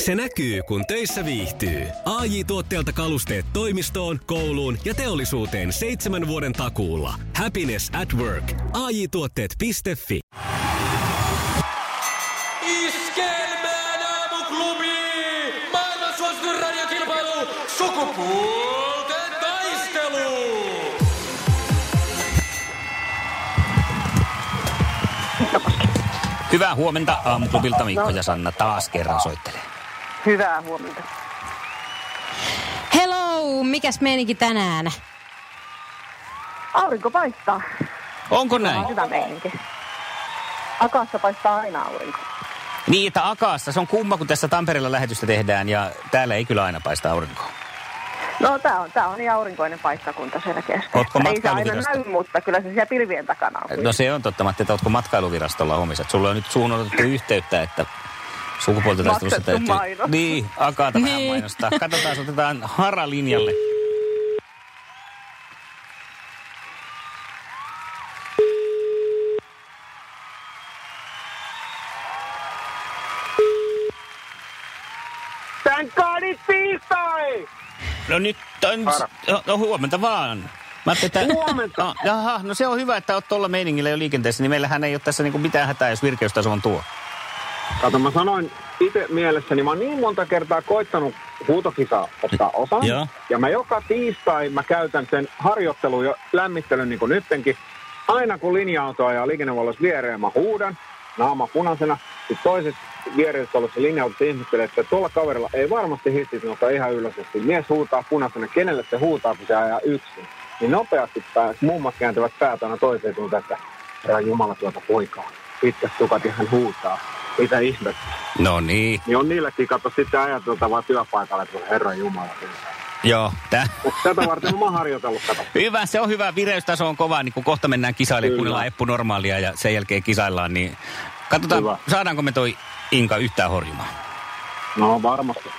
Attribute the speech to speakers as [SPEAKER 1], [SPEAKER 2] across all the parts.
[SPEAKER 1] Se näkyy, kun töissä viihtyy. ai tuotteelta kalusteet toimistoon, kouluun ja teollisuuteen seitsemän vuoden takuulla. Happiness at work. ai tuotteetfi
[SPEAKER 2] Iskelmään aamuklubi! Maailman suosituin radiokilpailu! Sukupuolten taistelu!
[SPEAKER 3] Hyvää huomenta aamuklubilta Mikko ja Sanna taas kerran soittelee.
[SPEAKER 4] Hyvää huomenta.
[SPEAKER 5] Hello, mikäs meininki tänään?
[SPEAKER 4] Aurinko paistaa.
[SPEAKER 3] Onko
[SPEAKER 4] On
[SPEAKER 3] näin?
[SPEAKER 4] hyvä meininki. Akassa paistaa aina aurinko.
[SPEAKER 3] Niin, että Akaassa. Se on kumma, kun tässä Tampereella lähetystä tehdään ja täällä ei kyllä aina paista aurinkoa.
[SPEAKER 4] No tää on, tää on niin aurinkoinen paikkakunta siellä
[SPEAKER 3] Ootko
[SPEAKER 4] keskellä. Ei se aina
[SPEAKER 3] matkailuvirasto?
[SPEAKER 4] näy, mutta kyllä se siellä pilvien takana on.
[SPEAKER 3] No se on totta, Matti, että ootko matkailuvirastolla hommissa. Et Sulla on nyt suun otettu yhteyttä, että sukupuolten taistelussa
[SPEAKER 4] Maksettu
[SPEAKER 3] täytyy...
[SPEAKER 4] mainos.
[SPEAKER 3] Niin, Akaata niin. vähän
[SPEAKER 5] Niin.
[SPEAKER 3] mainostaa. Katsotaan, otetaan Hara linjalle.
[SPEAKER 6] Tänkää nyt tiistai!
[SPEAKER 3] No nyt on... No, no huomenta vaan. Mä ajattelin, että...
[SPEAKER 6] Huomenta.
[SPEAKER 3] No, jaha, no se on hyvä, että oot tuolla meiningillä jo liikenteessä, niin meillähän ei ole tässä niinku mitään hätää, jos virkeystaso on tuo.
[SPEAKER 6] Kato, mä sanoin itse mielessäni, mä oon niin monta kertaa koittanut huutokisaa ottaa osan.
[SPEAKER 3] Joo.
[SPEAKER 6] Ja mä joka tiistai mä käytän sen harjoittelun ja lämmittelyn niin kuin nyttenkin. Aina kun linja-auto ajaa liikennevalloissa viereen, mä huudan, naama punaisena. Sitten toiset vieressä olevassa linja-autossa ihmettelee, että tuolla kaverilla ei varmasti hissit nosta ihan ylösesti. Mies huutaa punaisena, kenelle se huutaa, kun se ajaa yksin. Niin nopeasti pää, mummat kääntyvät päät aina toiseen suuntaan, että herra Jumala tuota poikaa. Pitkät tukat ihan huutaa. Mitä ihmettä?
[SPEAKER 3] No niin.
[SPEAKER 6] Niin on niillekin kato sitten ajateltavaa työpaikalle, että herra Jumala. tuota."
[SPEAKER 3] Joo. Tää.
[SPEAKER 6] Mutta tätä varten mä oon harjoitellut kato.
[SPEAKER 3] Hyvä, se on hyvä. Vireystaso on kova, niin kun kohta mennään kisailemaan,
[SPEAKER 6] Kyllä.
[SPEAKER 3] kuunnellaan Eppu normaalia ja sen jälkeen kisaillaan, niin katsotaan,
[SPEAKER 6] Hyvä.
[SPEAKER 3] saadaanko me toi Inka yhtään horjumaan.
[SPEAKER 6] No varmasti.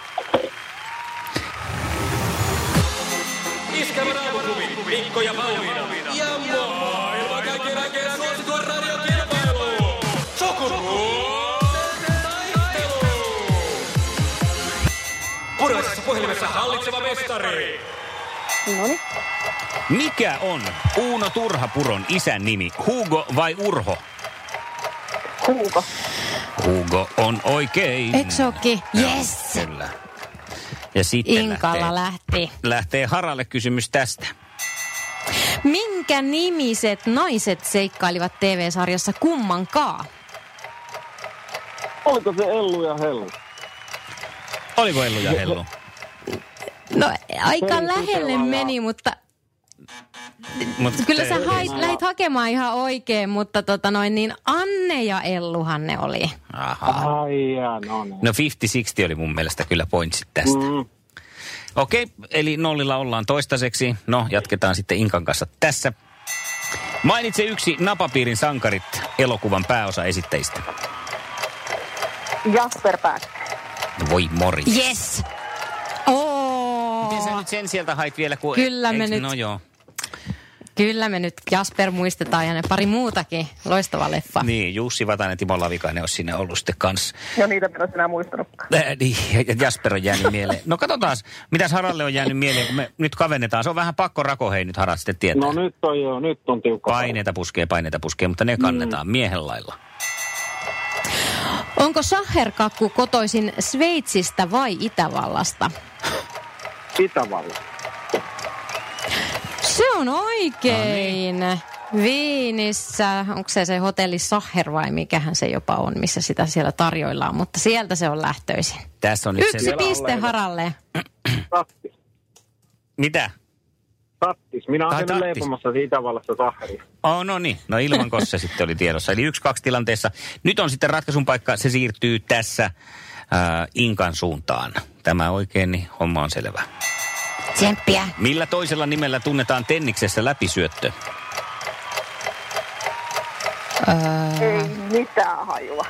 [SPEAKER 2] Iskelmän aamuklubi, Mikko ja Pauliina. Ja maailman kaikkien aikeen suosituin radiokilpailu! Sukupuolten taistelu! Puraisessa puhelimessa hallitseva mestari.
[SPEAKER 4] No niin.
[SPEAKER 3] Mikä on Uuno Turhapuron isän nimi? Hugo vai Urho?
[SPEAKER 4] Huuko.
[SPEAKER 3] Hugo on oikein.
[SPEAKER 5] Eikö se ookin?
[SPEAKER 3] Joo,
[SPEAKER 5] Yes!
[SPEAKER 3] Kyllä. Ja sitten
[SPEAKER 5] Inkalla
[SPEAKER 3] lähtee,
[SPEAKER 5] lähti.
[SPEAKER 3] lähtee Haralle kysymys tästä.
[SPEAKER 5] Minkä nimiset naiset seikkailivat TV-sarjassa kummankaan?
[SPEAKER 6] Oliko se Ellu ja Hellu?
[SPEAKER 3] Oliko Ellu ja Hellu?
[SPEAKER 5] No aika
[SPEAKER 6] Pertti
[SPEAKER 5] lähelle
[SPEAKER 6] Pelala.
[SPEAKER 5] meni, mutta
[SPEAKER 3] Mut
[SPEAKER 5] kyllä
[SPEAKER 3] te-
[SPEAKER 5] sä hait, lähit hakemaan ihan oikein, mutta tota noin, niin Anne ja Elluhan ne oli.
[SPEAKER 3] Aha.
[SPEAKER 6] Ai jaa, no niin.
[SPEAKER 3] No 50-60 oli mun mielestä kyllä pointsit tästä.
[SPEAKER 6] Mm.
[SPEAKER 3] Okei, eli nollilla ollaan toistaiseksi. No, jatketaan sitten Inkan kanssa tässä. Mainitse yksi napapiirin sankarit elokuvan pääosa esittäjistä.
[SPEAKER 4] Jasper Pääk.
[SPEAKER 3] Voi mori.
[SPEAKER 5] Yes! Oo,
[SPEAKER 3] Miten sä nyt sen sieltä hait vielä? Kun
[SPEAKER 5] Kyllä me nyt-
[SPEAKER 3] No joo.
[SPEAKER 5] kyllä me nyt Jasper muistetaan ja ne pari muutakin. Loistava leffa.
[SPEAKER 3] Niin, Jussi Vatanen, Timo Lavikainen olisi sinne ollut sitten kanssa.
[SPEAKER 4] No niitä mä en olisi enää muistanutkaan.
[SPEAKER 3] Äh, niin, ja Jasper on jäänyt mieleen. No katsotaan, mitäs Haralle on jäänyt mieleen, kun me nyt kavennetaan. Se on vähän pakko rako, hei nyt Harat sitten tietää.
[SPEAKER 6] No nyt on jo, nyt on tiukka.
[SPEAKER 3] Paineita puskee, paineita puskee, mutta ne kannetaan miehen lailla.
[SPEAKER 5] Onko saherkakku kotoisin Sveitsistä vai Itävallasta?
[SPEAKER 6] Itävalla.
[SPEAKER 5] Se on oikein.
[SPEAKER 3] No niin.
[SPEAKER 5] Viinissä, onko se se hotelli Saher vai mikähän se jopa on, missä sitä siellä tarjoillaan, mutta sieltä se on lähtöisin.
[SPEAKER 3] Tässä on nyt
[SPEAKER 5] Yksi
[SPEAKER 3] se...
[SPEAKER 5] piste haralle.
[SPEAKER 6] Tattis.
[SPEAKER 3] Mitä?
[SPEAKER 6] Tattis. Minä
[SPEAKER 3] Tai
[SPEAKER 6] olen käynyt
[SPEAKER 3] tattis.
[SPEAKER 6] leipomassa Itävallassa sahria.
[SPEAKER 3] Oh, no niin, no ilman kossa sitten oli tiedossa. Eli yksi kaksi tilanteessa. Nyt on sitten ratkaisun paikka, se siirtyy tässä äh, Inkan suuntaan. Tämä oikein, niin homma on selvä.
[SPEAKER 5] Tsemppiä.
[SPEAKER 3] Millä toisella nimellä tunnetaan Tenniksessä läpisyöttö?
[SPEAKER 4] Ei mitään hajua.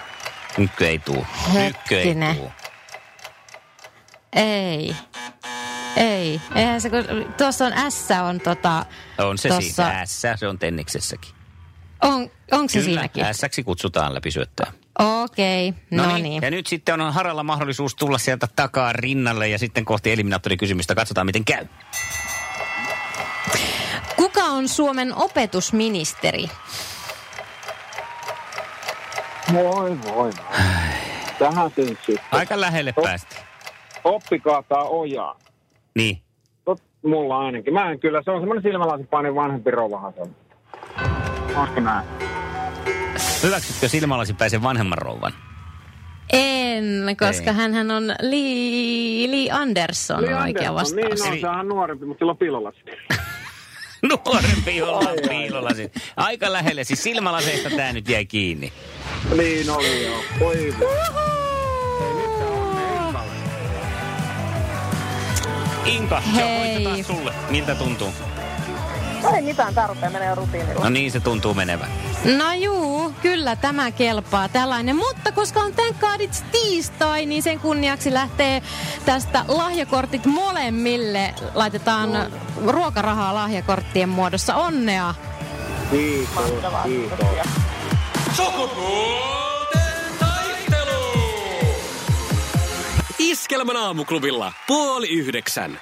[SPEAKER 3] Nykkö ei tuu. Nykkö ei
[SPEAKER 5] Hetkinen.
[SPEAKER 3] tuu.
[SPEAKER 5] Ei. Ei. Eihän se, kun, tuossa on S on tota...
[SPEAKER 3] On se
[SPEAKER 5] tossa-
[SPEAKER 3] siinä. Ässä, se on Tenniksessäkin.
[SPEAKER 5] On, onko se
[SPEAKER 3] Kyllä,
[SPEAKER 5] siinäkin?
[SPEAKER 3] Ässäksi kutsutaan läpisyöttöä.
[SPEAKER 5] Okei, okay. no niin.
[SPEAKER 3] Ja nyt sitten on Haralla mahdollisuus tulla sieltä takaa rinnalle ja sitten kohti eliminaattorikysymystä. Katsotaan, miten käy.
[SPEAKER 5] Kuka on Suomen opetusministeri?
[SPEAKER 6] Voi voi voi. Tähän sen sitten.
[SPEAKER 3] Aika lähelle
[SPEAKER 6] Oh.
[SPEAKER 3] päästiin.
[SPEAKER 6] Oppi kaataa ojaa.
[SPEAKER 3] Niin.
[SPEAKER 6] Tot, mulla ainakin. Mä en kyllä, se on semmoinen silmälasipainon vanhempi rouvahan se on. Olisiko näin?
[SPEAKER 3] Hyväksytkö silmälasipäisen vanhemman rouvan?
[SPEAKER 5] En, koska
[SPEAKER 3] Ei.
[SPEAKER 5] hän on Li, Li Andersson
[SPEAKER 6] Li
[SPEAKER 5] Li oikea
[SPEAKER 6] Andersson,
[SPEAKER 5] vastaus.
[SPEAKER 6] Niin on, sehän on nuorempi, mutta sillä on pilolasit.
[SPEAKER 3] Nuorempi jolla on piilolasit. Aika lähelle. Siis silmälaseista tämä nyt jäi kiinni.
[SPEAKER 6] niin oli joo. Voi voi.
[SPEAKER 3] Inka, se on
[SPEAKER 5] Hei.
[SPEAKER 3] voitto taas sulle. Miltä tuntuu?
[SPEAKER 4] Ei mitään tarpeen, menee rutiinilla.
[SPEAKER 3] No niin se tuntuu menevän.
[SPEAKER 5] No juu, kyllä tämä kelpaa tällainen. Mutta koska on Thank God It's tiistai, niin sen kunniaksi lähtee tästä lahjakortit molemmille. Laitetaan ruokarahaa lahjakorttien muodossa. Onnea!
[SPEAKER 6] Kiitos, kiitos.
[SPEAKER 2] Sukupuolten taistelu!
[SPEAKER 1] Iskelmän aamuklubilla puoli yhdeksän.